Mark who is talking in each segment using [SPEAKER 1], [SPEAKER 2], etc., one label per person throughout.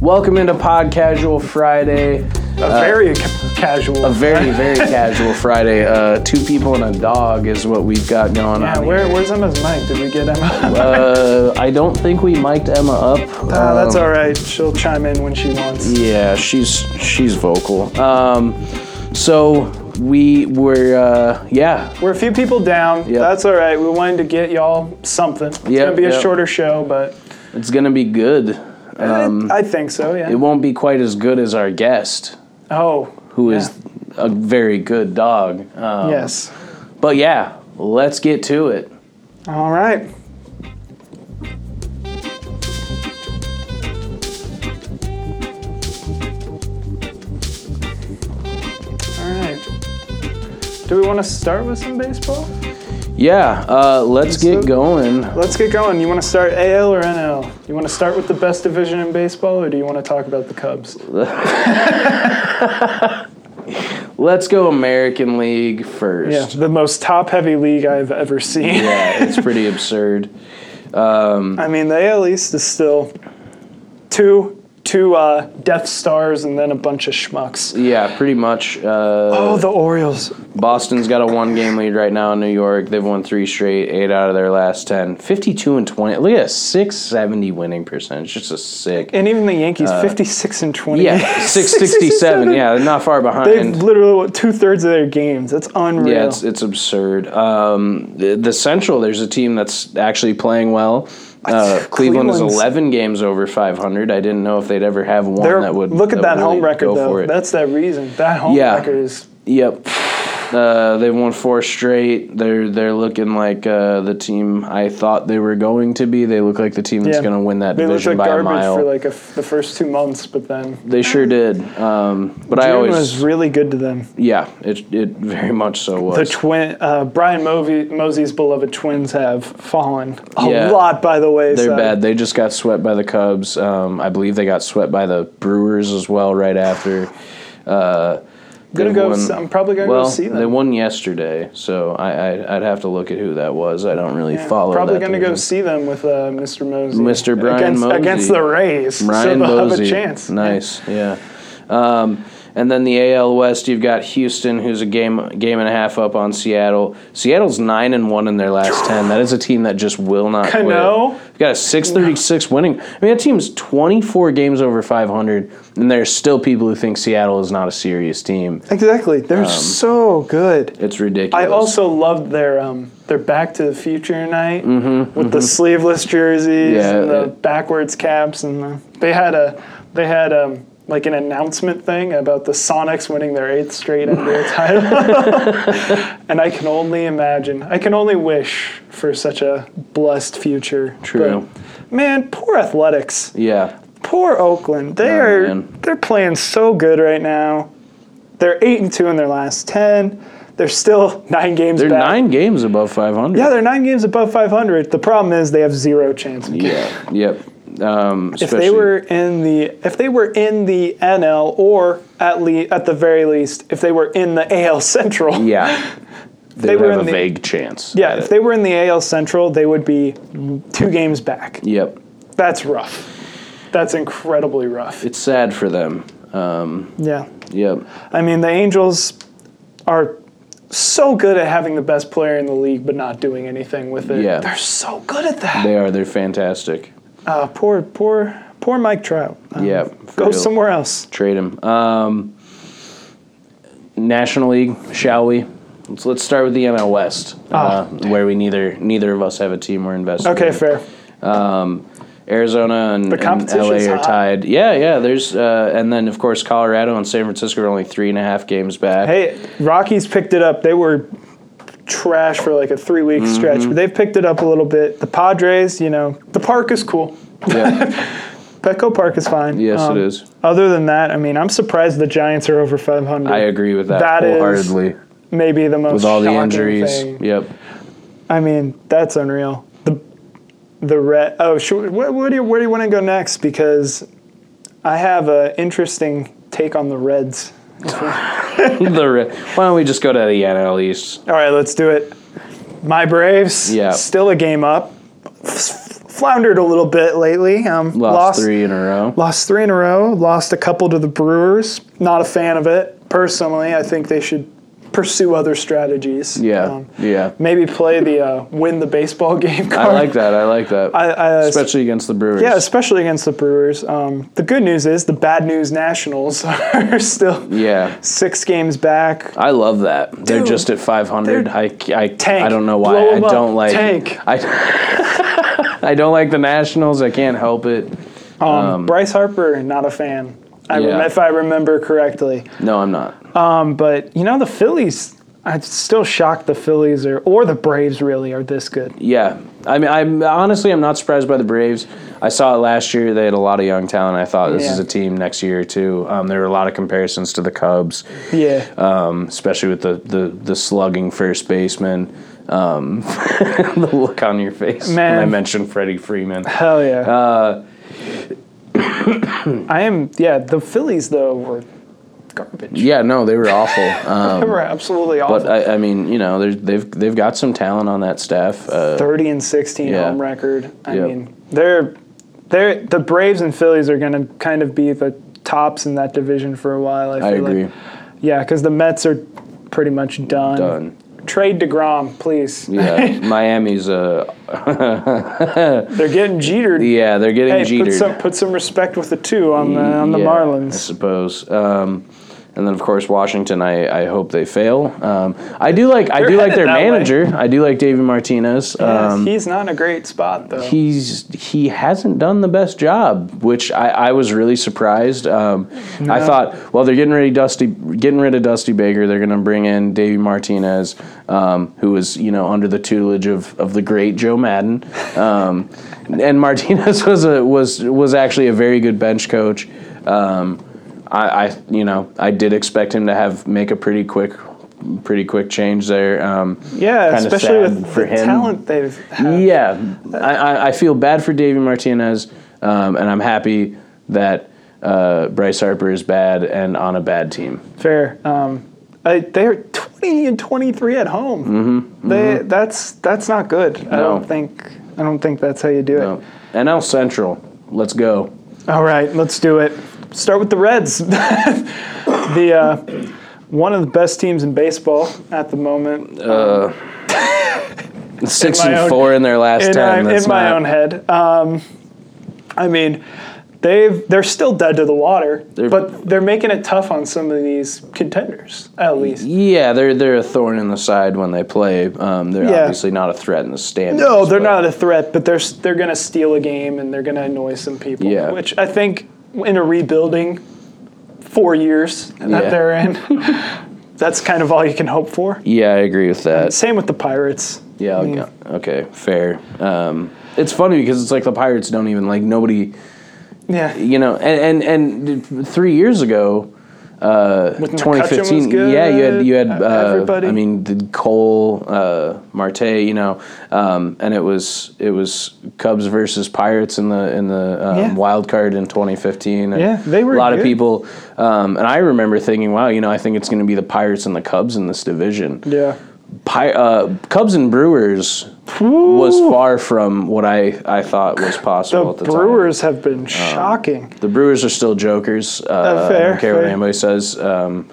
[SPEAKER 1] Welcome into Pod Casual Friday.
[SPEAKER 2] A
[SPEAKER 1] Uh,
[SPEAKER 2] very ca- casual.
[SPEAKER 1] A very, very casual Friday. Uh, two people and a dog is what we've got going
[SPEAKER 2] yeah,
[SPEAKER 1] on.
[SPEAKER 2] where,
[SPEAKER 1] here.
[SPEAKER 2] where's Emma's mic? Did we get Emma?
[SPEAKER 1] Uh, I don't think we mic'd Emma up.
[SPEAKER 2] Ah, that's
[SPEAKER 1] Um, Mm.
[SPEAKER 2] all right. She'll chime in when she wants.
[SPEAKER 1] Yeah, she's she's vocal. Um, so we were uh, yeah
[SPEAKER 2] We're a few people down.
[SPEAKER 1] Yep.
[SPEAKER 2] That's all right. We wanted to get y'all something. It's
[SPEAKER 1] Yep,
[SPEAKER 2] gonna be a
[SPEAKER 1] yep.
[SPEAKER 2] shorter show, but eh,
[SPEAKER 1] It's gonna be good. Um,
[SPEAKER 2] I think so. Yeah.
[SPEAKER 1] it won't be quite as good as our guest,
[SPEAKER 2] oh,
[SPEAKER 1] who is a very good dog. Um,
[SPEAKER 2] yes.
[SPEAKER 1] But yeah, let's get to it.
[SPEAKER 2] All right. All right. Do we want to start with some baseball?
[SPEAKER 1] Yeah, uh, let's get
[SPEAKER 2] so-
[SPEAKER 1] going.
[SPEAKER 2] Let's get going. You want to start AL or NL? You want to start with the best division in baseball, or do you want to talk about the Cubs?
[SPEAKER 1] Let's go American League
[SPEAKER 2] Yeah,
[SPEAKER 1] first.
[SPEAKER 2] the most top-heavy league I've ever seen.
[SPEAKER 1] yeah it's pretty absurd.
[SPEAKER 2] I mean, the AL East is still two two uh, Death Stars and then a bunch of schmucks.
[SPEAKER 1] Yeah, pretty much. Uh,
[SPEAKER 2] Oh, the Orioles.
[SPEAKER 1] Boston's got a one game lead right now in New York. They've won three straight, eight out of their last 10. 52 and 20. Look at that 670 winning percentage. Just a sick.
[SPEAKER 2] And even the Yankees, 56 and 20.
[SPEAKER 1] uh, Yeah, 667. Yeah, they're not far behind.
[SPEAKER 2] They've literally won two-thirds of their games. That's unreal.
[SPEAKER 1] Yeah, it's, it's absurd. Um, the, the Central, there's a team that's actually playing well. Uh, Cleveland is
[SPEAKER 2] Cleveland's-
[SPEAKER 1] 11 games over 500. I didn't know if they'd ever have one
[SPEAKER 2] They're-
[SPEAKER 1] that would
[SPEAKER 2] look at that,
[SPEAKER 1] would
[SPEAKER 2] home
[SPEAKER 1] really
[SPEAKER 2] record,
[SPEAKER 1] go for
[SPEAKER 2] though.
[SPEAKER 1] it.
[SPEAKER 2] That's that reason. That home
[SPEAKER 1] Yeah.
[SPEAKER 2] record is
[SPEAKER 1] Yep. Uh, they've won four straight. They're they're looking like uh, the team I thought they were going to be. They look like the team that's
[SPEAKER 2] Yeah.
[SPEAKER 1] going to win that
[SPEAKER 2] They looked
[SPEAKER 1] division
[SPEAKER 2] like
[SPEAKER 1] by a
[SPEAKER 2] garbage
[SPEAKER 1] mile.
[SPEAKER 2] for like a f the first two months, but then
[SPEAKER 1] they sure did. Um, but I
[SPEAKER 2] June
[SPEAKER 1] always
[SPEAKER 2] was really good to them.
[SPEAKER 1] yeah, it it very much so
[SPEAKER 2] The
[SPEAKER 1] was.
[SPEAKER 2] twin uh, Brian Mosey, Mosey's beloved twins have fallen a
[SPEAKER 1] Yeah.
[SPEAKER 2] lot by the way.
[SPEAKER 1] They're bad. They just got swept by the Cubs. Um, I believe they got swept by the Brewers as well right after. Uh,
[SPEAKER 2] Gonna
[SPEAKER 1] they've
[SPEAKER 2] go.
[SPEAKER 1] won-
[SPEAKER 2] s- I'm probably gonna
[SPEAKER 1] well,
[SPEAKER 2] go see
[SPEAKER 1] they
[SPEAKER 2] them.
[SPEAKER 1] won yesterday, so I, I I'd have to look at who that was. I don't really
[SPEAKER 2] Yeah,
[SPEAKER 1] follow.
[SPEAKER 2] probably
[SPEAKER 1] that
[SPEAKER 2] gonna go
[SPEAKER 1] division.
[SPEAKER 2] see them with uh, Mr. Mosey.
[SPEAKER 1] Mr. Brian
[SPEAKER 2] against,
[SPEAKER 1] Mosey.
[SPEAKER 2] against the Rays.
[SPEAKER 1] Ryan
[SPEAKER 2] so they'll
[SPEAKER 1] Mosey.
[SPEAKER 2] have a chance.
[SPEAKER 1] Nice, yeah. Um, and then the AL West, you've got Houston, who's a game game and a half up on Seattle. Seattle's nine and one in their last ten. That is a team that just will not quit.
[SPEAKER 2] Cano?
[SPEAKER 1] You've got a six thirty six winning. I mean, that team's twenty four games over five hundred, and there's still people who think Seattle is not a serious team.
[SPEAKER 2] Exactly. They're
[SPEAKER 1] Um,
[SPEAKER 2] so good.
[SPEAKER 1] It's ridiculous.
[SPEAKER 2] I also loved their um, their Back to the Future night with the sleeveless jerseys
[SPEAKER 1] Mm-hmm, Yeah,
[SPEAKER 2] and the
[SPEAKER 1] it-
[SPEAKER 2] backwards caps, and the, they had a they had um, like an announcement thing about the Sonics winning their eighth straight NBA title, and I can only imagine. I can only wish for such a blessed future.
[SPEAKER 1] True.
[SPEAKER 2] But, man, poor athletics.
[SPEAKER 1] yeah.
[SPEAKER 2] Poor Oakland. They
[SPEAKER 1] Oh,
[SPEAKER 2] are
[SPEAKER 1] man.
[SPEAKER 2] they're playing so good right now. They're eight and two in their last ten. They're still nine games.
[SPEAKER 1] They're
[SPEAKER 2] back.
[SPEAKER 1] nine games above five hundred.
[SPEAKER 2] Yeah, they're nine games above five hundred. The problem is they have zero chance. Of
[SPEAKER 1] Yeah. Yep. Um,
[SPEAKER 2] if they were in the if they were in the NL or at le- at the very least if they were in the AL Central.
[SPEAKER 1] yeah, they,
[SPEAKER 2] they
[SPEAKER 1] would
[SPEAKER 2] were
[SPEAKER 1] have a
[SPEAKER 2] in the-
[SPEAKER 1] vague chance.
[SPEAKER 2] Yeah,
[SPEAKER 1] at
[SPEAKER 2] if
[SPEAKER 1] it.
[SPEAKER 2] they were in the AL Central, they would be two games back.
[SPEAKER 1] Yep.
[SPEAKER 2] That's rough. That's incredibly rough.
[SPEAKER 1] It's sad for them.
[SPEAKER 2] Yeah.
[SPEAKER 1] Yep.
[SPEAKER 2] I mean, the Angels are so good at having the best player in the league, but not doing anything with it.
[SPEAKER 1] Yeah.
[SPEAKER 2] They're so good at that.
[SPEAKER 1] They are. They're fantastic.
[SPEAKER 2] Uh, poor, poor, poor Mike Trout. Um,
[SPEAKER 1] Yeah. for
[SPEAKER 2] Go
[SPEAKER 1] real.
[SPEAKER 2] somewhere else.
[SPEAKER 1] Trade him. Um, National League, shall we? Let's, let's start with the NL West, uh, where we neither neither of us have a team we're invested.
[SPEAKER 2] Ah. Okay,
[SPEAKER 1] in.
[SPEAKER 2] fair.
[SPEAKER 1] Arizona and,
[SPEAKER 2] The
[SPEAKER 1] and LA
[SPEAKER 2] competition's
[SPEAKER 1] are
[SPEAKER 2] hot.
[SPEAKER 1] tied. Yeah, yeah. There's uh, and then of course Colorado and San Francisco are only three and a half games back.
[SPEAKER 2] Hey, Rockies picked it up. They were trash for like a three week
[SPEAKER 1] Mm-hmm.
[SPEAKER 2] stretch, but they've picked it up a little bit. The Padres, you know, the park is cool.
[SPEAKER 1] Yeah.
[SPEAKER 2] Petco Park is fine.
[SPEAKER 1] yes,
[SPEAKER 2] Um,
[SPEAKER 1] it is.
[SPEAKER 2] Other than that, I mean, I'm surprised the Giants are over 500.
[SPEAKER 1] I agree with that,
[SPEAKER 2] that is
[SPEAKER 1] wholeheartedly.
[SPEAKER 2] Maybe the most
[SPEAKER 1] with all the
[SPEAKER 2] shocking
[SPEAKER 1] injuries.
[SPEAKER 2] thing.
[SPEAKER 1] Yep.
[SPEAKER 2] I mean, that's unreal. The the red. Oh, should, where, where do you where do you want to go next? Because I have an interesting take on the Reds.
[SPEAKER 1] the re- why don't we just go to the NL East?
[SPEAKER 2] All right, let's do it. My Braves.
[SPEAKER 1] Yeah.
[SPEAKER 2] Still a game up. F- floundered a little bit lately. Um,
[SPEAKER 1] Lost, three in a row.
[SPEAKER 2] Lost three in a row. Lost a couple to the Brewers. Not a fan of it personally. I think they should pursue other strategies.
[SPEAKER 1] yeah,
[SPEAKER 2] Um,
[SPEAKER 1] yeah.
[SPEAKER 2] maybe play the uh, win the baseball game card.
[SPEAKER 1] I like that. I like that.
[SPEAKER 2] I, uh, I,
[SPEAKER 1] Especially against the Brewers.
[SPEAKER 2] yeah, especially against the Brewers. Um, the good news is the bad news Nationals are still
[SPEAKER 1] Yeah.
[SPEAKER 2] six games back.
[SPEAKER 1] I love that. They're
[SPEAKER 2] Dude,
[SPEAKER 1] just at 500.
[SPEAKER 2] they're-
[SPEAKER 1] I, I,
[SPEAKER 2] Tank.
[SPEAKER 1] I don't know why.
[SPEAKER 2] Blow
[SPEAKER 1] I
[SPEAKER 2] 'em up.
[SPEAKER 1] don't like.
[SPEAKER 2] Tank.
[SPEAKER 1] I, I don't like the Nationals. I can't help it.
[SPEAKER 2] Um, Bryce Harper, not a fan. I rem-
[SPEAKER 1] Yeah.
[SPEAKER 2] if I remember correctly.
[SPEAKER 1] No, I'm not.
[SPEAKER 2] Um, but you know the Phillies. I'm still shocked the Phillies are, or the Braves really are this good.
[SPEAKER 1] Yeah, I mean, I'm honestly I'm not surprised by the Braves. I saw it last year; they had a lot of young talent. I thought this
[SPEAKER 2] Yeah.
[SPEAKER 1] is a team next year too. Um, there were a lot of comparisons to the Cubs,
[SPEAKER 2] Yeah.
[SPEAKER 1] um, especially with the, the the slugging first baseman. Um, the look on your face when I
[SPEAKER 2] Man.
[SPEAKER 1] mentioned Freddie Freeman.
[SPEAKER 2] Hell yeah. Uh, I am. Yeah, the Phillies though were garbage.
[SPEAKER 1] Yeah, no, they were awful. Um,
[SPEAKER 2] They were absolutely awful.
[SPEAKER 1] but uh, I, I mean, you know, there's- they've they've got some talent on that staff. Uh,
[SPEAKER 2] 30 and 16
[SPEAKER 1] Yeah.
[SPEAKER 2] home record. I
[SPEAKER 1] Yep.
[SPEAKER 2] mean, they're they're the Braves and Phillies are going to kind of be the tops in that division for a while. I, feel
[SPEAKER 1] I agree.
[SPEAKER 2] Like. Yeah, because the Mets are pretty much done.
[SPEAKER 1] Done.
[SPEAKER 2] Trade Degrom, please.
[SPEAKER 1] Uh, Yeah, Miami's uh,
[SPEAKER 2] they're getting jetered.
[SPEAKER 1] yeah, they're getting
[SPEAKER 2] Hey,
[SPEAKER 1] jetered.
[SPEAKER 2] put some put some respect with the two on the on the
[SPEAKER 1] Yeah, I
[SPEAKER 2] Marlins.
[SPEAKER 1] suppose. Um, and then of course Washington. I, I hope they fail. Um, I do like I
[SPEAKER 2] They're
[SPEAKER 1] do like
[SPEAKER 2] headed
[SPEAKER 1] their
[SPEAKER 2] that way.
[SPEAKER 1] manager. I do like David Martinez.
[SPEAKER 2] Yeah,
[SPEAKER 1] Um,
[SPEAKER 2] he's not in a great spot though.
[SPEAKER 1] he's he hasn't done the best job, which I, I was really surprised. Um, I thought, well, they're getting rid of Dusty, getting rid of Dusty Baker. They're going to bring in Davey Martinez, um, who was you know under the tutelage of, of the great Joe Madden, um, and Martinez was a was was actually a very good bench coach. Um, I, I you know I did expect him to have make a pretty quick pretty quick change there. Um,
[SPEAKER 2] yeah,
[SPEAKER 1] kinda
[SPEAKER 2] especially
[SPEAKER 1] sad
[SPEAKER 2] with
[SPEAKER 1] for
[SPEAKER 2] the
[SPEAKER 1] him.
[SPEAKER 2] talent they've had.
[SPEAKER 1] Yeah, I, I, I feel bad for Davey Martinez, um, and I'm happy that uh, Bryce Harper is bad and on a bad team.
[SPEAKER 2] Fair. Um, I, they're 20 and 23 at home. Mm-hmm. They that's that's not good. I
[SPEAKER 1] No.
[SPEAKER 2] don't think I don't think that's how you do
[SPEAKER 1] So,
[SPEAKER 2] it.
[SPEAKER 1] NL Central, let's go.
[SPEAKER 2] All right, let's do it. Start with the Reds. the uh, one of the best teams in baseball at the moment.
[SPEAKER 1] Six
[SPEAKER 2] my
[SPEAKER 1] and
[SPEAKER 2] own-
[SPEAKER 1] four in their last
[SPEAKER 2] in
[SPEAKER 1] ten.
[SPEAKER 2] my,
[SPEAKER 1] That's
[SPEAKER 2] in my
[SPEAKER 1] not-
[SPEAKER 2] own head. Um, I mean, they've they're still dead to the water,
[SPEAKER 1] They're-
[SPEAKER 2] but they're making it tough on some of these contenders at least.
[SPEAKER 1] Yeah, they're they're a thorn in the side when they play. Um, they're
[SPEAKER 2] Yeah.
[SPEAKER 1] obviously not a threat in the standings.
[SPEAKER 2] No, they're
[SPEAKER 1] but-
[SPEAKER 2] not a threat, but they're they're gonna steal a game and they're gonna annoy some people.
[SPEAKER 1] Yeah.
[SPEAKER 2] Which I think in a rebuilding, four years that
[SPEAKER 1] Yeah.
[SPEAKER 2] they're in, that's kind of all you can hope for.
[SPEAKER 1] Yeah, I agree with that.
[SPEAKER 2] Same with the Pirates.
[SPEAKER 1] Yeah. Okay. okay fair. Um, it's funny because it's like the Pirates don't even like nobody.
[SPEAKER 2] Yeah.
[SPEAKER 1] You know, and and, and three years ago,
[SPEAKER 2] With
[SPEAKER 1] 2015.
[SPEAKER 2] McCutcheon was
[SPEAKER 1] yeah, you had you had.
[SPEAKER 2] good,
[SPEAKER 1] Uh,
[SPEAKER 2] E-, everybody.
[SPEAKER 1] I mean, the Cole, uh, Marte. You know, um, and it was it was Cubs versus Pirates in the in the um,
[SPEAKER 2] Yeah.
[SPEAKER 1] wild card in 2015. and
[SPEAKER 2] Yeah, they were
[SPEAKER 1] a lot of
[SPEAKER 2] good.
[SPEAKER 1] people, um, and I remember thinking, wow, you know, I think it's going to be the Pirates and the Cubs in this division.
[SPEAKER 2] yeah.
[SPEAKER 1] Pi- uh, Cubs and Brewers was far from what I, I thought was
[SPEAKER 2] The
[SPEAKER 1] possible at the time. Um,
[SPEAKER 2] Brewers have been shocking.
[SPEAKER 1] The Brewers are still jokers. Uh, I
[SPEAKER 2] fair,
[SPEAKER 1] don't care what
[SPEAKER 2] fair.
[SPEAKER 1] anybody says. Um,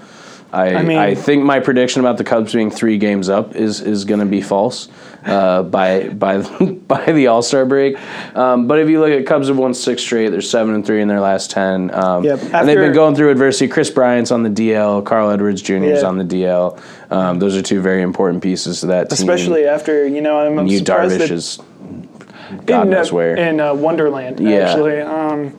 [SPEAKER 1] I, I,
[SPEAKER 2] mean-
[SPEAKER 1] think my prediction about the Cubs being three games up is is going to be false uh, by by by the All Star break. Um, but if you look at Cubs have won six straight, they're seven and three in their last ten, um,
[SPEAKER 2] Yep,
[SPEAKER 1] and they've
[SPEAKER 2] after-
[SPEAKER 1] been going through adversity. Chris Bryant's on the DL, Carl Edwards Jr. is
[SPEAKER 2] Yeah.
[SPEAKER 1] on the DL. Um, those are two very important pieces to that team.
[SPEAKER 2] Especially after you know, I'm, I'm
[SPEAKER 1] you
[SPEAKER 2] surprised
[SPEAKER 1] Darvish
[SPEAKER 2] that
[SPEAKER 1] is God
[SPEAKER 2] in,
[SPEAKER 1] knows
[SPEAKER 2] uh,
[SPEAKER 1] where.
[SPEAKER 2] in uh, Wonderland.
[SPEAKER 1] Yeah.
[SPEAKER 2] Actually, um,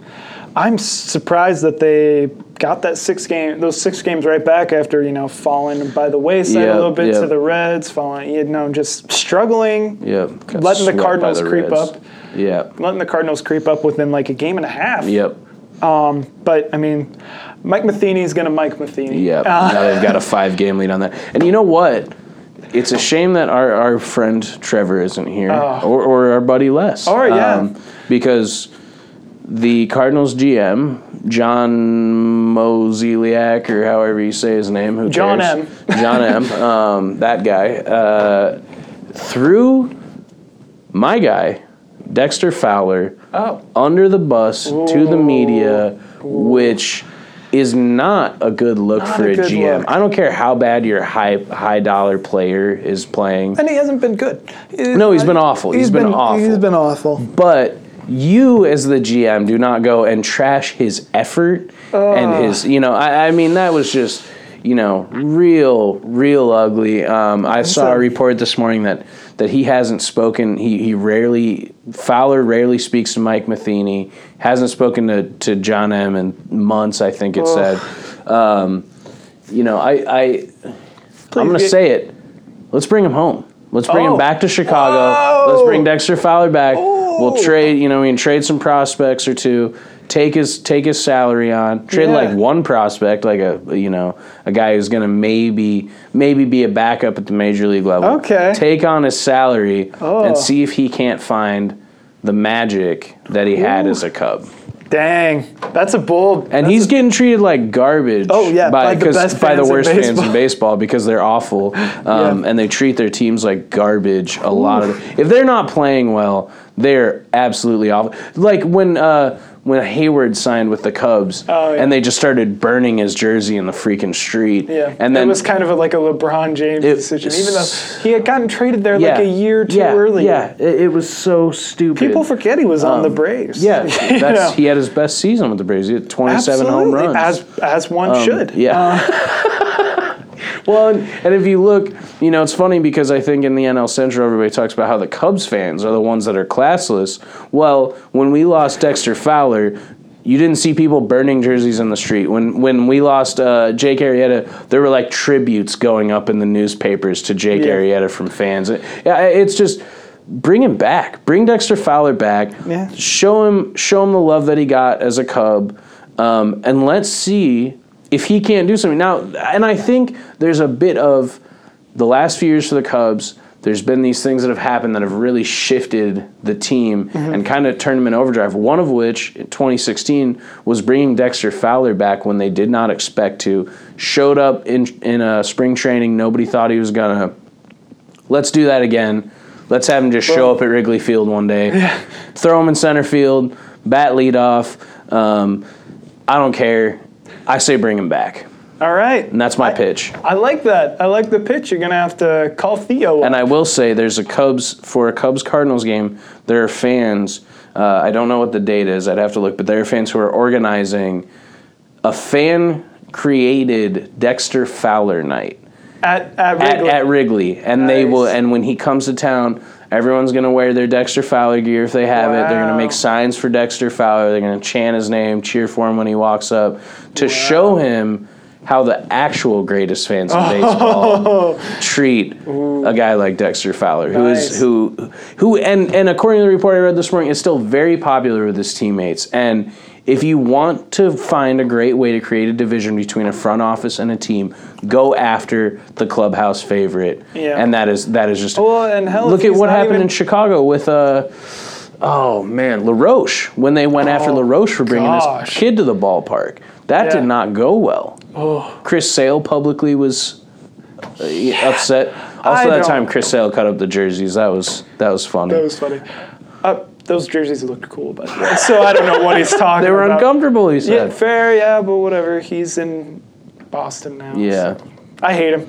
[SPEAKER 2] I'm surprised that they got that six game, those six games right back after you know falling by the wayside
[SPEAKER 1] Yeah,
[SPEAKER 2] a little bit
[SPEAKER 1] yeah.
[SPEAKER 2] to the Reds, falling you know just struggling,
[SPEAKER 1] yeah, got
[SPEAKER 2] letting
[SPEAKER 1] swept
[SPEAKER 2] the
[SPEAKER 1] by
[SPEAKER 2] Cardinals
[SPEAKER 1] the
[SPEAKER 2] creep
[SPEAKER 1] Reds.
[SPEAKER 2] up,
[SPEAKER 1] Yeah.
[SPEAKER 2] letting the Cardinals creep up within like a game and a half.
[SPEAKER 1] Yep.
[SPEAKER 2] But I mean, Mike Matheny's gonna Mike Matheny.
[SPEAKER 1] Yeah,
[SPEAKER 2] Uh,
[SPEAKER 1] now they've got a five game lead on that. And you know what? It's a shame that our, our friend Trevor isn't here, or, or our buddy Les.
[SPEAKER 2] Ah.
[SPEAKER 1] Um,
[SPEAKER 2] Oh, yeah.
[SPEAKER 1] because the Cardinals GM, John Mozeliak, or however you say his name, who
[SPEAKER 2] John
[SPEAKER 1] cares? John M, um, that guy, uh, threw my guy, Dexter Fowler
[SPEAKER 2] Oh.
[SPEAKER 1] under the bus to the media, which is not a good look
[SPEAKER 2] Not
[SPEAKER 1] for
[SPEAKER 2] a
[SPEAKER 1] a,
[SPEAKER 2] good
[SPEAKER 1] GM.
[SPEAKER 2] look.
[SPEAKER 1] I don't care how bad your high high dollar player is playing,
[SPEAKER 2] And he hasn't been good.
[SPEAKER 1] No, he's been awful. He's been awful.
[SPEAKER 2] He's been awful.
[SPEAKER 1] but you as the GM do not go and trash his effort and his. You know, I, I mean that was just you know real real ugly. Um, I saw a
[SPEAKER 2] so-
[SPEAKER 1] report this morning that that he hasn't spoken. He he rarely Fowler rarely speaks to Mike Matheny. Hasn't spoken to to John M in months. I think it said. Um, you know, I, I I'm going to
[SPEAKER 2] get-
[SPEAKER 1] say it. Let's bring him home. Let's bring
[SPEAKER 2] Oh.
[SPEAKER 1] him back to Chicago. Let's
[SPEAKER 2] Whoa.
[SPEAKER 1] bring Dexter Fowler back. We'll
[SPEAKER 2] Oh.
[SPEAKER 1] trade. You know, we can trade some prospects or two. Take his take his salary on. Trade
[SPEAKER 2] Yeah.
[SPEAKER 1] like one prospect, like a you know a guy who's going to maybe maybe be a backup at the major league level.
[SPEAKER 2] Okay.
[SPEAKER 1] Take on his salary
[SPEAKER 2] Oh.
[SPEAKER 1] and see if he can't find the magic that he had as a Cub.
[SPEAKER 2] Dang, that's a bold.
[SPEAKER 1] And
[SPEAKER 2] that's
[SPEAKER 1] he's getting treated like garbage.
[SPEAKER 2] Oh, yeah, by the
[SPEAKER 1] 'cause-
[SPEAKER 2] best
[SPEAKER 1] by the
[SPEAKER 2] fans in
[SPEAKER 1] worst fans in
[SPEAKER 2] baseball.
[SPEAKER 1] baseball because they're awful, um,
[SPEAKER 2] Yeah.
[SPEAKER 1] and they treat their teams like garbage. A lot of if they're not playing well, they're absolutely awful. Like when uh, when Hayward signed with the Cubs,
[SPEAKER 2] Oh, yeah.
[SPEAKER 1] and they just started burning his jersey in the freaking street.
[SPEAKER 2] Yeah,
[SPEAKER 1] and
[SPEAKER 2] it
[SPEAKER 1] then
[SPEAKER 2] was kind of a, like a LeBron James
[SPEAKER 1] It-
[SPEAKER 2] decision, even though he had gotten traded there
[SPEAKER 1] yeah,
[SPEAKER 2] like a year too
[SPEAKER 1] yeah,
[SPEAKER 2] early.
[SPEAKER 1] Yeah, it, it was so stupid.
[SPEAKER 2] people forget he was on the Braves.
[SPEAKER 1] Yeah,
[SPEAKER 2] You
[SPEAKER 1] that's,
[SPEAKER 2] know?
[SPEAKER 1] he had his best season with the Braves. He had 27 home
[SPEAKER 2] Absolutely,
[SPEAKER 1] runs. Um,
[SPEAKER 2] as as one should.
[SPEAKER 1] Yeah. Uh, well, and, and if you look, you know, it's funny because I think in the NL Central, everybody talks about how the Cubs fans are the ones that are classless. Well, when we lost Dexter Fowler, you didn't see people burning jerseys in the street. When when we lost uh, Jake Arrieta, there were like tributes going up in the newspapers to Jake
[SPEAKER 2] Yeah.
[SPEAKER 1] Arrieta from fans. It- yeah, it's just bring him back. Bring Dexter Fowler back.
[SPEAKER 2] Yeah.
[SPEAKER 1] Show him show him the love that he got as a Cub, um, and let's see if he can't do something now. And I think there's a bit of the last few years for the Cubs. There's been these things that have happened that have really shifted the team and kind of turned them in overdrive. One of which, in 2016, was bringing Dexter Fowler back when they did not expect to. Showed up in in a spring training. Nobody thought he was gonna let's do that again. Let's have him just show up at Wrigley Field one day. Throw him in center field, bat leadoff. Um, I don't care. I say bring him back.
[SPEAKER 2] All right.
[SPEAKER 1] And that's my pitch.
[SPEAKER 2] I like that. I like the pitch. You're gonna have to call Theo. up.
[SPEAKER 1] And I will say there's a Cubs, for a Cubs Cardinals game, there are fans, uh, I don't know what the date is, I'd have to look, but there are fans who are organizing a fan created Dexter Fowler night.
[SPEAKER 2] at at
[SPEAKER 1] at,
[SPEAKER 2] Wrigley.
[SPEAKER 1] at Wrigley, and they
[SPEAKER 2] Nice.
[SPEAKER 1] will. And when he comes to town, everyone's gonna wear their Dexter Fowler gear if they have it. They're gonna
[SPEAKER 2] Wow.
[SPEAKER 1] make signs for Dexter Fowler. They're gonna chant his name, cheer for him when he walks up, to show him how the actual greatest fans in
[SPEAKER 2] Oh.
[SPEAKER 1] baseball treat a guy like Dexter Fowler, who is
[SPEAKER 2] Nice.
[SPEAKER 1] who who and and according to the report I read this morning, is still very popular with his teammates and. If you want to find a great way to create a division between a front office and a team, go after the clubhouse favorite,
[SPEAKER 2] Yeah.
[SPEAKER 1] and that is that is just.
[SPEAKER 2] Well, and hell, if
[SPEAKER 1] look at
[SPEAKER 2] he's
[SPEAKER 1] what
[SPEAKER 2] not
[SPEAKER 1] happened
[SPEAKER 2] even-
[SPEAKER 1] in Chicago with uh, oh man, Laroche when they went after Laroche for bringing this
[SPEAKER 2] Oh, gosh.
[SPEAKER 1] kid to the ballpark. That
[SPEAKER 2] Yeah.
[SPEAKER 1] did not go well.
[SPEAKER 2] Oh,
[SPEAKER 1] Chris Sale publicly was uh, upset. Also,
[SPEAKER 2] I
[SPEAKER 1] that
[SPEAKER 2] don't-
[SPEAKER 1] time Chris Sale cut up the jerseys. That was that was funny.
[SPEAKER 2] that was funny. Uh, those jerseys looked cool, but so I don't know what he's talking.
[SPEAKER 1] they were
[SPEAKER 2] about.
[SPEAKER 1] uncomfortable. He
[SPEAKER 2] Yeah,
[SPEAKER 1] said.
[SPEAKER 2] fair. Yeah, but whatever. He's in Boston now.
[SPEAKER 1] Yeah.
[SPEAKER 2] I hate him.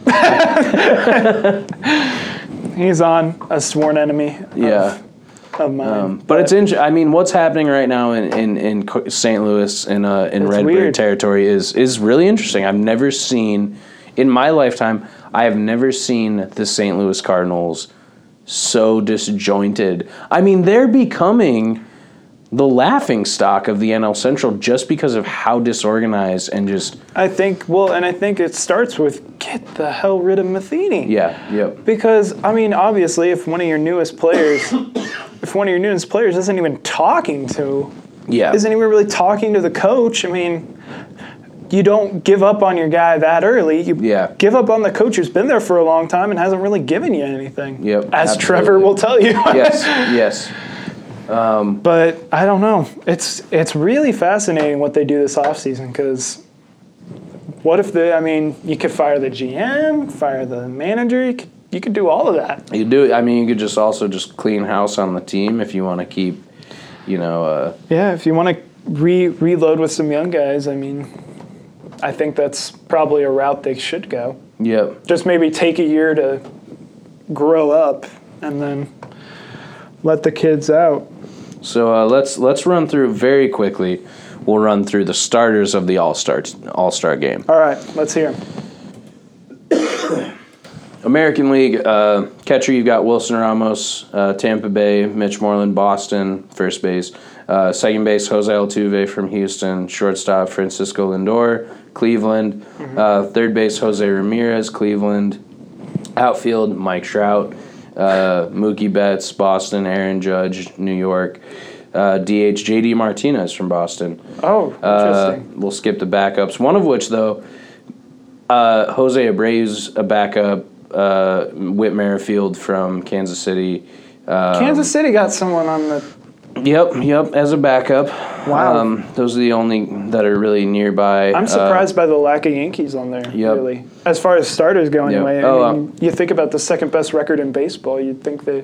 [SPEAKER 2] He's on a sworn enemy
[SPEAKER 1] Yeah. um,
[SPEAKER 2] of, of mine.
[SPEAKER 1] But it's in, I mean, what's happening right now in in, in Co- St. Louis in uh, in Redbird
[SPEAKER 2] weird.
[SPEAKER 1] territory is is really interesting. I've never seen in my lifetime. I have never seen the St. Louis Cardinals so disjointed. I mean, they're becoming the laughing stock of the NL Central just because of how disorganized and just
[SPEAKER 2] I think well, and I think it starts with get the hell rid of Matheny.
[SPEAKER 1] yeah, yep.
[SPEAKER 2] Because I mean, obviously, if one of your newest players, if one of your newest players isn't even talking to,
[SPEAKER 1] Yeah.
[SPEAKER 2] isn't even really talking to the coach, I mean, you don't give up on your guy that early. You
[SPEAKER 1] Yeah.
[SPEAKER 2] give up on the coach who's been there for a long time and hasn't really given you anything.
[SPEAKER 1] Yep,
[SPEAKER 2] As
[SPEAKER 1] absolutely.
[SPEAKER 2] Trevor will tell you.
[SPEAKER 1] yes, yes.
[SPEAKER 2] But I don't know. It's it's really fascinating what they do this offseason because what if the I mean, you could fire the GM, fire the manager, you could, you could do all of that.
[SPEAKER 1] You do. I mean, you could just also just clean house on the team if you want to keep, you know. Uh,
[SPEAKER 2] Yeah, if you want to re reload with some young guys, I mean, I think that's probably a route they should go.
[SPEAKER 1] yep.
[SPEAKER 2] Just maybe take a year to grow up and then let the kids out.
[SPEAKER 1] So uh, let's let's run through very quickly. We'll run through the starters of the All Star All Star game.
[SPEAKER 2] All right, let's hear 'em.
[SPEAKER 1] American League uh, catcher, you've got Wilson Ramos, uh, Tampa Bay, Mitch Moreland, Boston, first base, uh, second base, Jose Altuve from Houston, shortstop, Francisco Lindor, Cleveland, uh, third base, Jose Ramirez, Cleveland, outfield, Mike Trout, uh, Mookie Betts, Boston, Aaron Judge, New York, uh, DH, JD Martinez from Boston.
[SPEAKER 2] Oh,
[SPEAKER 1] Uh,
[SPEAKER 2] interesting.
[SPEAKER 1] we'll skip the backups. One of which, though, uh, Jose Abreu's a backup. Uh, Whit Merrifield from Kansas City.
[SPEAKER 2] Kansas City got someone on the.
[SPEAKER 1] Yep, yep, as a backup. Um,
[SPEAKER 2] Wow.
[SPEAKER 1] those are the only that are really nearby.
[SPEAKER 2] I'm
[SPEAKER 1] Uh,
[SPEAKER 2] surprised by the lack of Yankees on there.
[SPEAKER 1] Yep.
[SPEAKER 2] Really, as far as starters go,
[SPEAKER 1] Yep.
[SPEAKER 2] anyway.
[SPEAKER 1] Oh,
[SPEAKER 2] I mean, you think about the second best record in baseball. You'd think that.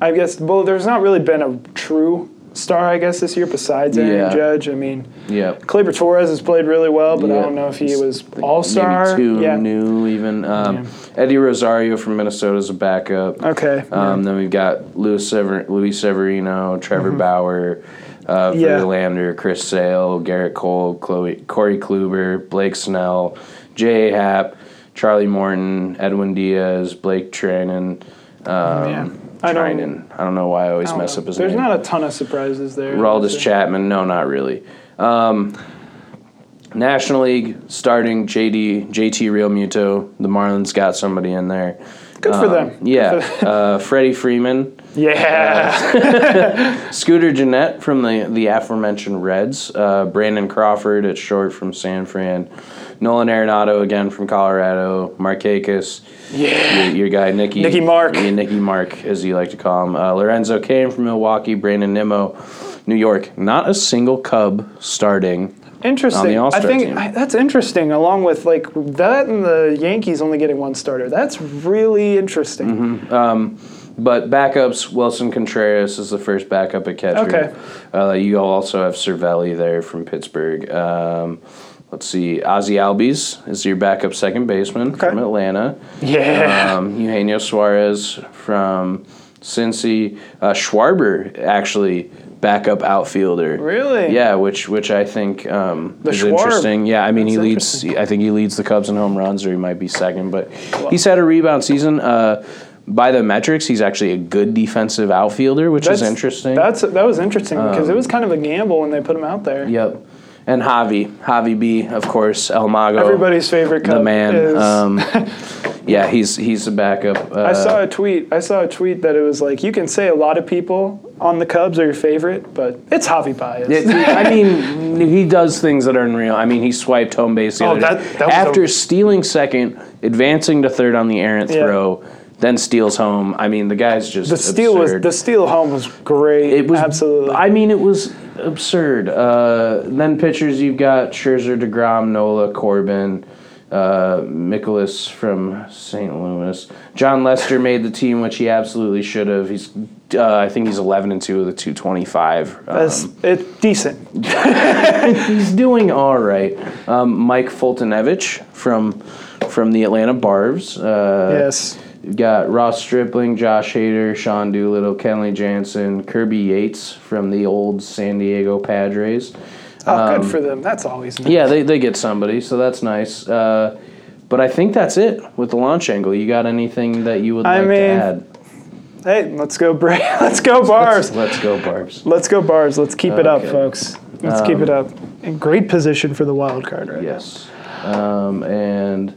[SPEAKER 2] I guess well, there's not really been a true star, I guess, this year besides Aaron
[SPEAKER 1] Yeah.
[SPEAKER 2] Judge. I mean,
[SPEAKER 1] yep.
[SPEAKER 2] Kleber Torres has played really well, but I
[SPEAKER 1] Yeah.
[SPEAKER 2] don't know if he was all star.
[SPEAKER 1] Maybe two
[SPEAKER 2] Yeah.
[SPEAKER 1] new even. Um, Eddie Rosario from Minnesota is a backup.
[SPEAKER 2] Okay.
[SPEAKER 1] Um, Then we've got Luis, Sever- Luis Severino, Trevor Bauer, uh,
[SPEAKER 2] Mm-hmm. Yeah.
[SPEAKER 1] Verlander, Chris Sale, Garrett Cole, Chloe, Corey Kluber, Blake Snell, Jay Happ, Charlie Morton, Edwin Diaz, Blake Trinan. Um,
[SPEAKER 2] Yeah. I don't-
[SPEAKER 1] Trinan. I don't know why I always
[SPEAKER 2] I don't
[SPEAKER 1] mess
[SPEAKER 2] know.
[SPEAKER 1] up his
[SPEAKER 2] There's
[SPEAKER 1] name.
[SPEAKER 2] not a ton of surprises there.
[SPEAKER 1] Raldis Chapman. No, not really. Um, National League starting JD JT Real Muto. The Marlins got somebody in there.
[SPEAKER 2] Good for
[SPEAKER 1] Um,
[SPEAKER 2] them.
[SPEAKER 1] Yeah, uh, Freddie Freeman,
[SPEAKER 2] Yeah.
[SPEAKER 1] Scooter Jeanette from the the aforementioned Reds, uh, Brandon Crawford at short from San Fran, Nolan Arenado again from Colorado, Markakis,
[SPEAKER 2] Yeah.
[SPEAKER 1] your, your guy Nicky
[SPEAKER 2] Nicky Mark.
[SPEAKER 1] yeah, Nicky Mark as you like to call him, uh, Lorenzo Kane from Milwaukee, Brandon Nimmo, New York. Not a single Cub starting.
[SPEAKER 2] Interesting. I
[SPEAKER 1] All-Star
[SPEAKER 2] think
[SPEAKER 1] team.
[SPEAKER 2] I, that's interesting. Along with like that and the Yankees only getting one starter. That's really interesting.
[SPEAKER 1] Mm-hmm. But backups, Wilson Contreras is the first backup at catcher.
[SPEAKER 2] Okay.
[SPEAKER 1] Uh, you also have Cervelli there from Pittsburgh. Um, let's see, Ozzy Albies is your backup second baseman
[SPEAKER 2] Okay.
[SPEAKER 1] from Atlanta.
[SPEAKER 2] Yeah.
[SPEAKER 1] Um, Eugenio Suarez from Cincy. Uh, Schwarber, actually, backup outfielder.
[SPEAKER 2] Really?
[SPEAKER 1] Yeah, which which I think um,
[SPEAKER 2] The
[SPEAKER 1] is
[SPEAKER 2] Schwarb.
[SPEAKER 1] interesting. Yeah, I mean he
[SPEAKER 2] That's
[SPEAKER 1] leads. I think he leads the Cubs in home runs, or he might be second. But he's had a rebound season. Uh, by the metrics, he's actually a good defensive outfielder, which is interesting. Um,
[SPEAKER 2] That's that was interesting because it was kind of a gamble when they put him out there.
[SPEAKER 1] yep. And Javi, Javi B, of course, El Mago,
[SPEAKER 2] Everybody's favorite
[SPEAKER 1] the
[SPEAKER 2] Cub
[SPEAKER 1] man.
[SPEAKER 2] is.
[SPEAKER 1] Um, yeah, he's he's a backup. Uh,
[SPEAKER 2] I saw a tweet. I saw a tweet that it was like you can say a lot of people on the Cubs are your favorite, but it's Javi Baez.
[SPEAKER 1] It- I mean, he does things that are unreal. I mean, he swiped home base the
[SPEAKER 2] Oh,
[SPEAKER 1] other day.
[SPEAKER 2] that- that was
[SPEAKER 1] after
[SPEAKER 2] a-
[SPEAKER 1] stealing second, advancing to third on the errant
[SPEAKER 2] Yeah.
[SPEAKER 1] throw, then steals home. I mean, the guy's just
[SPEAKER 2] the steal was
[SPEAKER 1] absurd.
[SPEAKER 2] the steal home was great.
[SPEAKER 1] it was
[SPEAKER 2] absolutely.
[SPEAKER 1] I mean, it was absurd. Uh, then pitchers, you've got Scherzer, Degrom, Nola, Corbin. Uh, Nicholas from St. Louis. John Lester made the team, which he absolutely should have. He's, uh, I think he's 11 and 2 of the 225. Um,
[SPEAKER 2] That's- it's decent.
[SPEAKER 1] He's doing all right. Um, Mike Fultonevich from from the Atlanta Barbs. Uh,
[SPEAKER 2] yes.
[SPEAKER 1] You've got Ross Stripling, Josh Hader, Sean Doolittle, Kenley Jansen, Kirby Yates from the old San Diego Padres.
[SPEAKER 2] Oh, good for them. That's always nice.
[SPEAKER 1] Um, Yeah, they, they get somebody, so that's nice. Uh, but I think that's it with the launch angle. You got anything that you would
[SPEAKER 2] I
[SPEAKER 1] like
[SPEAKER 2] mean,
[SPEAKER 1] to add?
[SPEAKER 2] Hey, let's go, Bra- let's go, Bars.
[SPEAKER 1] Let's go, Barbs.
[SPEAKER 2] Let's go bars. Let's keep it up,
[SPEAKER 1] Okay.
[SPEAKER 2] folks. Let's keep it up. In great position for the wild card, right?
[SPEAKER 1] Yes. Um, and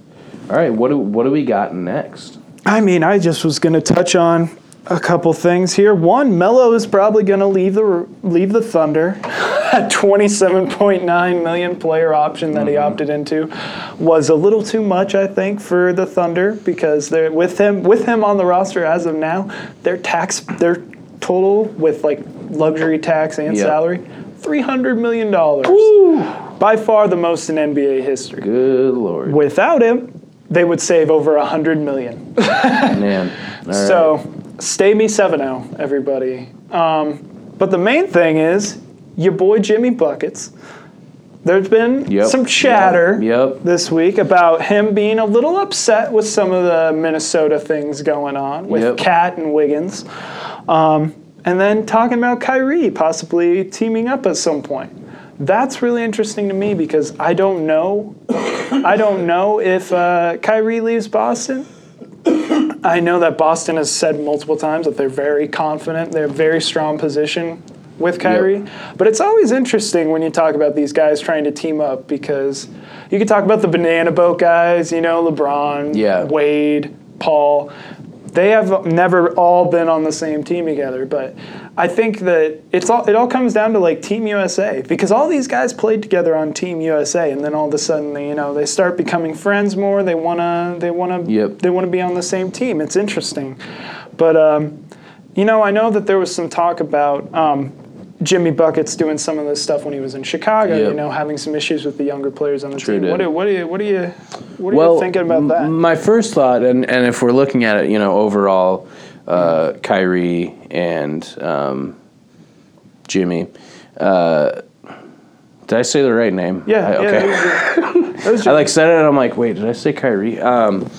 [SPEAKER 1] all right, what do, what do we got next?
[SPEAKER 2] I mean, I just was going to touch on a couple things here. One, Melo is probably going to leave the leave the Thunder. That 27.9 million player option that he opted into was a little too much, I think, for the Thunder because they're with him with him on the roster as of now. Their tax, their total with like luxury tax and
[SPEAKER 1] Yeah.
[SPEAKER 2] salary, 300 million dollars. By far the most in NBA history.
[SPEAKER 1] Good lord.
[SPEAKER 2] Without him, they would save over a hundred million.
[SPEAKER 1] man. All right.
[SPEAKER 2] So stay me 7-0, everybody. Um, but the main thing is your boy Jimmy Buckets. There's been
[SPEAKER 1] Yep.
[SPEAKER 2] some chatter
[SPEAKER 1] Yep. Yep.
[SPEAKER 2] this week about him being a little upset with some of the Minnesota things going on with
[SPEAKER 1] Yep.
[SPEAKER 2] Cat and Wiggins. Um, and then talking about Kyrie possibly teaming up at some point. That's really interesting to me because I don't know. I don't know if uh, Kyrie leaves Boston. I know that Boston has said multiple times that they're very confident, they're very strong position with Kyrie. But it's always interesting when you talk about these guys trying to team up because you can talk about the banana boat guys, you know, LeBron,
[SPEAKER 1] Yeah.
[SPEAKER 2] Wade, Paul. They have never all been on the same team together, but I think that it's all it all comes down to like Team USA because all these guys played together on Team USA, and then all of a sudden, you know, they start becoming friends more. They wanna they wanna
[SPEAKER 1] Yep.
[SPEAKER 2] they want to be on the same team. It's interesting, but um, you know, I know that there was some talk about um, Jimmy Buckets doing some of this stuff when he was in Chicago. You
[SPEAKER 1] Yep.
[SPEAKER 2] know, having some issues with the younger players on the
[SPEAKER 1] Sure
[SPEAKER 2] team.
[SPEAKER 1] did.
[SPEAKER 2] What do what do you what do you what are you thinking about
[SPEAKER 1] m-
[SPEAKER 2] that?
[SPEAKER 1] My first thought, and, and if we're looking at it, you know, overall, uh, Kyrie and um, Jimmy. Uh, did I say the right name?
[SPEAKER 2] yeah,
[SPEAKER 1] I-
[SPEAKER 2] yeah,
[SPEAKER 1] okay.
[SPEAKER 2] that was it. That was
[SPEAKER 1] I
[SPEAKER 2] Jimmy.
[SPEAKER 1] like said it, and I'm like, wait, did I say Kyrie? Um,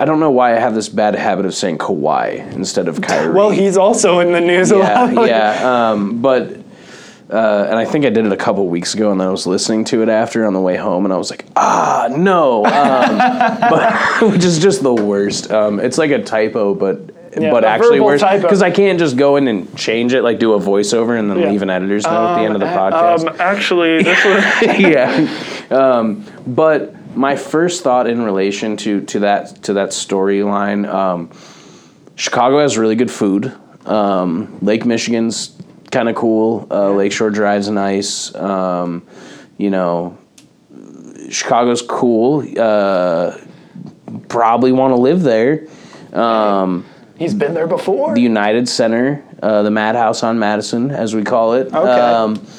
[SPEAKER 1] I don't know why I have this bad habit of saying Kawhi instead of Kyrie.
[SPEAKER 2] well, he's also in the news a lot.
[SPEAKER 1] yeah,
[SPEAKER 2] Like,
[SPEAKER 1] yeah. Um, but uh, and I think I did it a couple weeks ago, and then I was listening to it after on the way home, and I was like, ah, no, um, but which is just the worst. Um, it's like a typo, but.
[SPEAKER 2] Yeah,
[SPEAKER 1] but
[SPEAKER 2] a
[SPEAKER 1] actually,
[SPEAKER 2] verbal
[SPEAKER 1] worse
[SPEAKER 2] typo.
[SPEAKER 1] because I can't just go in and change it, like do a voiceover and then
[SPEAKER 2] Yeah.
[SPEAKER 1] leave an editor's note at the end of the podcast
[SPEAKER 2] Um, actually, this was
[SPEAKER 1] yeah. Um, but my first thought in relation to to that to that storyline, um, Chicago has really good food. Um, Lake Michigan's kind of cool. Uh, Lakeshore Drive's nice. Um, you know, Chicago's cool. Uh, probably want to live there.
[SPEAKER 2] he's been there before.
[SPEAKER 1] The United Center, uh, the Madhouse on Madison, as we call it. Um,
[SPEAKER 2] Okay.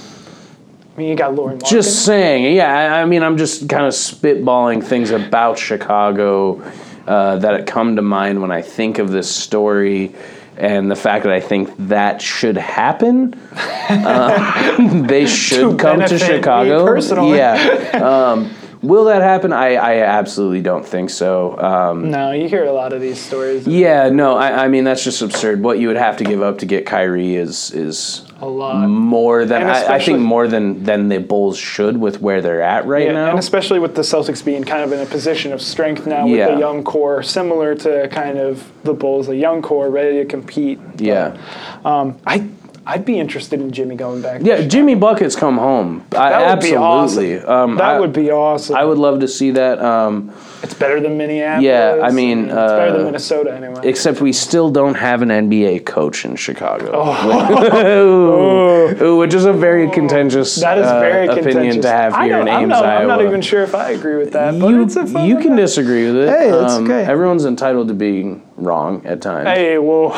[SPEAKER 2] I mean, you got Lauren. Markin.
[SPEAKER 1] Just saying, yeah. I, I mean, I'm just kind of spitballing things about Chicago uh, that come to mind when I think of this story, and the fact that I think that should happen. Uh, they should come to
[SPEAKER 2] benefit me
[SPEAKER 1] Chicago.
[SPEAKER 2] personally.
[SPEAKER 1] yeah. Um, will that happen? I, I absolutely don't think so. Um,
[SPEAKER 2] no, you hear a lot of these stories.
[SPEAKER 1] yeah, no. I, I mean, that's just absurd. What you would have to give up to get Kyrie is is
[SPEAKER 2] A lot.
[SPEAKER 1] more than
[SPEAKER 2] And
[SPEAKER 1] I, I
[SPEAKER 2] especially-
[SPEAKER 1] think more than than the Bulls should with where they're at right
[SPEAKER 2] Yeah,
[SPEAKER 1] now.
[SPEAKER 2] and especially with the Celtics being kind of in a position of strength now with
[SPEAKER 1] Yeah.
[SPEAKER 2] the young core, similar to kind of the Bulls, a young core ready to compete.
[SPEAKER 1] yeah,
[SPEAKER 2] Um, I I'd be interested in Jimmy going back.
[SPEAKER 1] yeah. Jimmy buckets come home. I,
[SPEAKER 2] That would be
[SPEAKER 1] absolutely.
[SPEAKER 2] awesome.
[SPEAKER 1] Um,
[SPEAKER 2] that
[SPEAKER 1] I,
[SPEAKER 2] would be awesome.
[SPEAKER 1] I would love to see that. Um,
[SPEAKER 2] it's better than Minneapolis.
[SPEAKER 1] Yeah, I mean,
[SPEAKER 2] and it's
[SPEAKER 1] uh,
[SPEAKER 2] better than Minnesota anyway.
[SPEAKER 1] except we still don't have an NBA coach in Chicago, Ooh. Ooh, which is a very contentious
[SPEAKER 2] Oh. that is
[SPEAKER 1] uh,
[SPEAKER 2] very
[SPEAKER 1] opinion
[SPEAKER 2] contentious.
[SPEAKER 1] to have
[SPEAKER 2] I
[SPEAKER 1] here
[SPEAKER 2] know,
[SPEAKER 1] in
[SPEAKER 2] I'm
[SPEAKER 1] Ames,
[SPEAKER 2] not,
[SPEAKER 1] Iowa.
[SPEAKER 2] I'm not even sure if I agree with that, but
[SPEAKER 1] you,
[SPEAKER 2] it's a fun
[SPEAKER 1] you can disagree with it.
[SPEAKER 2] Hey, that's
[SPEAKER 1] Um,
[SPEAKER 2] okay.
[SPEAKER 1] Everyone's entitled to being wrong at times.
[SPEAKER 2] Hey, whoa.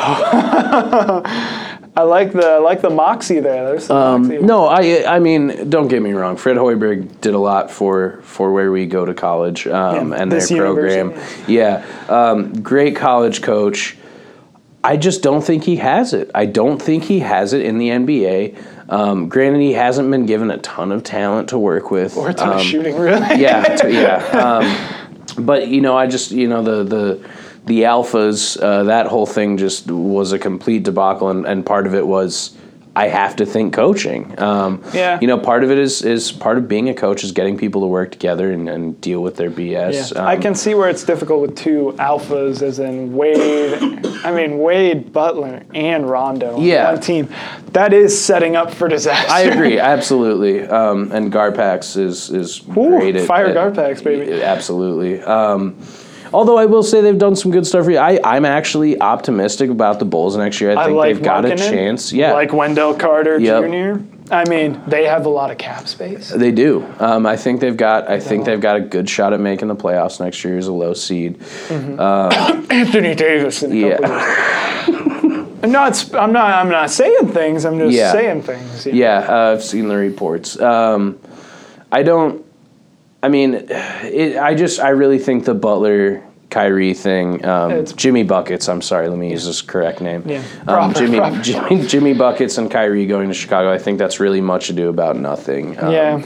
[SPEAKER 2] I like the I like the moxie there. There's some moxie.
[SPEAKER 1] Um, No, I I mean, don't get me wrong. Fred Hoiberg did a lot for for where we go to college um,
[SPEAKER 2] Yeah,
[SPEAKER 1] and
[SPEAKER 2] this
[SPEAKER 1] their program. Yeah, um, great college coach. I just don't think he has it. I don't think he has it in the NBA. Um, granted, he hasn't been given a ton of talent to work with.
[SPEAKER 2] Or a ton
[SPEAKER 1] Um,
[SPEAKER 2] of shooting, really.
[SPEAKER 1] yeah, t- yeah. Um, but you know, I just you know the the the alphas uh, that whole thing just was a complete debacle, and, and part of it was I have to think coaching. Um,
[SPEAKER 2] Yeah.
[SPEAKER 1] You know, part of it is is part of being a coach is getting people to work together and, and deal with their BS.
[SPEAKER 2] Yeah.
[SPEAKER 1] Um,
[SPEAKER 2] I can see where it's difficult with two alphas, as in Wade. I mean Wade Butler and Rondo on
[SPEAKER 1] Yeah.
[SPEAKER 2] one team. That is setting up for disaster.
[SPEAKER 1] I agree, absolutely. Um, and Garpax is is
[SPEAKER 2] Ooh,
[SPEAKER 1] great. at-
[SPEAKER 2] fire
[SPEAKER 1] at-
[SPEAKER 2] Garpax, baby.
[SPEAKER 1] Yeah, Absolutely. Um, although I will say they've done some good stuff. For you. I I'm actually optimistic about the Bulls next year. I
[SPEAKER 2] I
[SPEAKER 1] think
[SPEAKER 2] like
[SPEAKER 1] they've got a
[SPEAKER 2] Markkanen,
[SPEAKER 1] chance. Yeah,
[SPEAKER 2] Like Wendell Carter
[SPEAKER 1] Yep.
[SPEAKER 2] Jr. I mean, they have a lot of cap space.
[SPEAKER 1] they do. Um, I think they've got. I think they've got a good shot at making the playoffs next year as a low seed.
[SPEAKER 2] Anthony Davis in a
[SPEAKER 1] Yeah.
[SPEAKER 2] couple years. I'm not. sp- I'm not. I'm not saying things. I'm just
[SPEAKER 1] Yeah.
[SPEAKER 2] saying things. you know?
[SPEAKER 1] Yeah, uh, I've seen the reports. Um, I don't. I mean, it, I just I really think the Butler Kyrie thing, um,
[SPEAKER 2] It's-
[SPEAKER 1] Jimmy buckets. I'm sorry, let me use this correct name.
[SPEAKER 2] Yeah.
[SPEAKER 1] um,
[SPEAKER 2] Proper,
[SPEAKER 1] Jimmy,
[SPEAKER 2] proper.
[SPEAKER 1] Jimmy Jimmy buckets and Kyrie going to Chicago. I think that's really much ado about nothing. Um,
[SPEAKER 2] Yeah.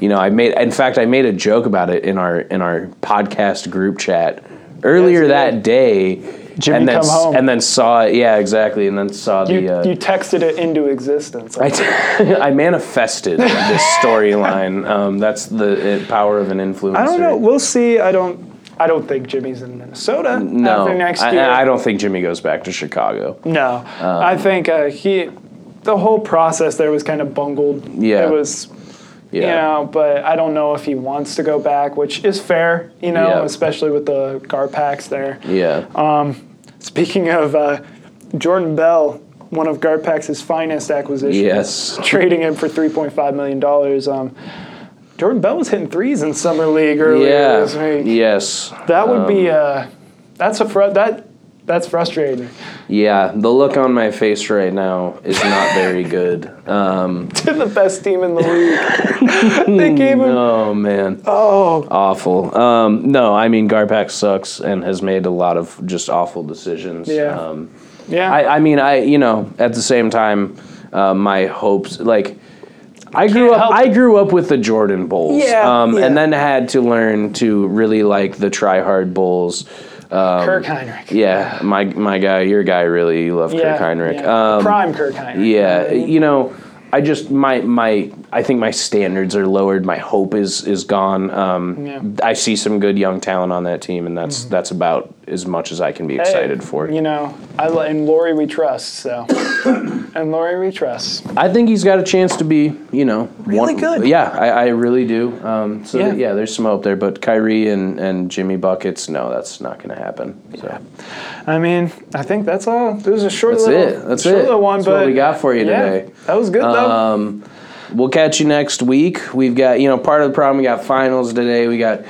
[SPEAKER 1] you know, I made in fact I made a joke about it in our in our podcast group chat earlier
[SPEAKER 2] you
[SPEAKER 1] that day.
[SPEAKER 2] Jimmy,
[SPEAKER 1] and then,
[SPEAKER 2] come
[SPEAKER 1] s-
[SPEAKER 2] home.
[SPEAKER 1] and then saw it. Yeah, exactly. And then saw
[SPEAKER 2] You,
[SPEAKER 1] the. Uh,
[SPEAKER 2] you texted it into existence.
[SPEAKER 1] I, t- I manifested this storyline. Um, that's the uh, power of an influencer.
[SPEAKER 2] I don't know. We'll see. I don't. I don't think Jimmy's in Minnesota
[SPEAKER 1] No,
[SPEAKER 2] after next
[SPEAKER 1] I,
[SPEAKER 2] year.
[SPEAKER 1] I um, don't think Jimmy goes back to Chicago.
[SPEAKER 2] No, I think uh, he. The whole process there was kind of bungled.
[SPEAKER 1] Yeah.
[SPEAKER 2] it was.
[SPEAKER 1] Yeah,
[SPEAKER 2] You know, but I don't know if he wants to go back, which is fair. You know,
[SPEAKER 1] Yeah.
[SPEAKER 2] especially with the Garpax there.
[SPEAKER 1] yeah.
[SPEAKER 2] Speaking of uh, Jordan Bell, one of Garpax's finest acquisitions.
[SPEAKER 1] yes,
[SPEAKER 2] trading him for three point five million dollars. Um, Jordan Bell was hitting threes in summer league earlier
[SPEAKER 1] yeah, Um,
[SPEAKER 2] this week.
[SPEAKER 1] yes,
[SPEAKER 2] That would be uh, that's a fr- that that's frustrating.
[SPEAKER 1] yeah. The look on my face right now is not very good. Um,
[SPEAKER 2] to the best team in the league. they gave him
[SPEAKER 1] oh man,
[SPEAKER 2] oh
[SPEAKER 1] awful. Um, no, I mean Garpak sucks and has made a lot of just awful decisions.
[SPEAKER 2] Yeah.
[SPEAKER 1] Um,
[SPEAKER 2] yeah.
[SPEAKER 1] I, I mean, I you know, at the same time, uh, my hopes like I grew up.
[SPEAKER 2] help
[SPEAKER 1] I grew up with the Jordan Bulls,
[SPEAKER 2] Yeah,
[SPEAKER 1] um,
[SPEAKER 2] yeah.
[SPEAKER 1] and then had to learn to really like the try hard Bulls. Um,
[SPEAKER 2] Kirk Heinrich.
[SPEAKER 1] Yeah, my my guy, your guy really loved Kirk Heinrich.
[SPEAKER 2] yeah.
[SPEAKER 1] Um,
[SPEAKER 2] Prime Kirk Heinrich.
[SPEAKER 1] yeah, you know, I just my my I think my standards are lowered. My hope is is gone. Um,
[SPEAKER 2] Yeah.
[SPEAKER 1] I see some good young talent on that team, and that's that's about as much as I can be excited
[SPEAKER 2] Mm-hmm. Hey,
[SPEAKER 1] for.
[SPEAKER 2] You know, I li- and Lori we trust, so and Lori we trust.
[SPEAKER 1] I think he's got a chance to be, you know, really
[SPEAKER 2] good.
[SPEAKER 1] Yeah, I, I really do. Um, so yeah.
[SPEAKER 2] Yeah.
[SPEAKER 1] there's some hope there, but Kyrie and, and Jimmy buckets, no, that's not going to happen. So
[SPEAKER 2] I mean, I think that's all. This is a short
[SPEAKER 1] That's
[SPEAKER 2] little
[SPEAKER 1] it. That's
[SPEAKER 2] short
[SPEAKER 1] it.
[SPEAKER 2] little one,
[SPEAKER 1] That's
[SPEAKER 2] but
[SPEAKER 1] what we got for you
[SPEAKER 2] yeah,
[SPEAKER 1] today. Um,
[SPEAKER 2] That was good though.
[SPEAKER 1] we'll catch you next week. We've got, you know, part of the problem. We got finals today. We got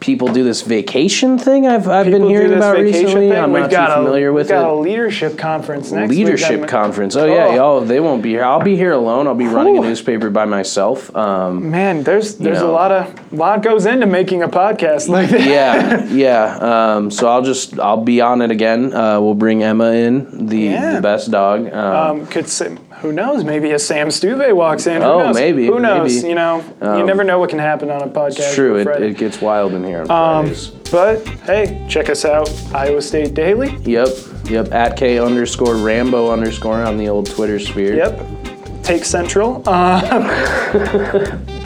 [SPEAKER 1] people do this vacation thing. I've I've been
[SPEAKER 2] People do
[SPEAKER 1] hearing
[SPEAKER 2] this
[SPEAKER 1] about
[SPEAKER 2] vacation
[SPEAKER 1] recently.
[SPEAKER 2] thing.
[SPEAKER 1] I'm
[SPEAKER 2] We've
[SPEAKER 1] not
[SPEAKER 2] got
[SPEAKER 1] too familiar
[SPEAKER 2] a,
[SPEAKER 1] with
[SPEAKER 2] we've got a
[SPEAKER 1] it.
[SPEAKER 2] leadership conference next week.
[SPEAKER 1] Leadership
[SPEAKER 2] I'm-
[SPEAKER 1] conference. Oh, yeah,
[SPEAKER 2] Oh.
[SPEAKER 1] y'all. They won't be here. I'll be here alone. I'll be running a
[SPEAKER 2] Whew.
[SPEAKER 1] newspaper by myself. Um,
[SPEAKER 2] Man, there's there's
[SPEAKER 1] know.
[SPEAKER 2] a lot of lot goes into making a podcast like that.
[SPEAKER 1] yeah, yeah. Um, so I'll just I'll be on it again. Uh, we'll bring Emma in, the,
[SPEAKER 2] Yeah.
[SPEAKER 1] the best dog. Um,
[SPEAKER 2] Um, could Sam, who knows? Maybe a Sam Stuve walks in. Who
[SPEAKER 1] Oh,
[SPEAKER 2] knows?
[SPEAKER 1] maybe,
[SPEAKER 2] Who knows?
[SPEAKER 1] maybe. Um,
[SPEAKER 2] You know, you never know what can happen on a podcast.
[SPEAKER 1] it's true.
[SPEAKER 2] with
[SPEAKER 1] It,
[SPEAKER 2] Friday.
[SPEAKER 1] it gets wild in here on
[SPEAKER 2] Um,
[SPEAKER 1] Fridays.
[SPEAKER 2] but hey, check us out, Iowa State Daily.
[SPEAKER 1] Yep, yep. At K underscore Rambo underscore on the old Twitter sphere.
[SPEAKER 2] Yep. Take Central. Um,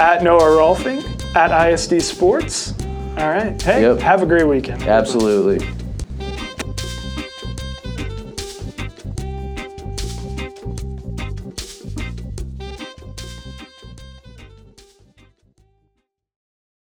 [SPEAKER 2] at Noah Rolfing. At ISD Sports. All right. Hey,
[SPEAKER 1] Yep.
[SPEAKER 2] have a great weekend.
[SPEAKER 1] Absolutely.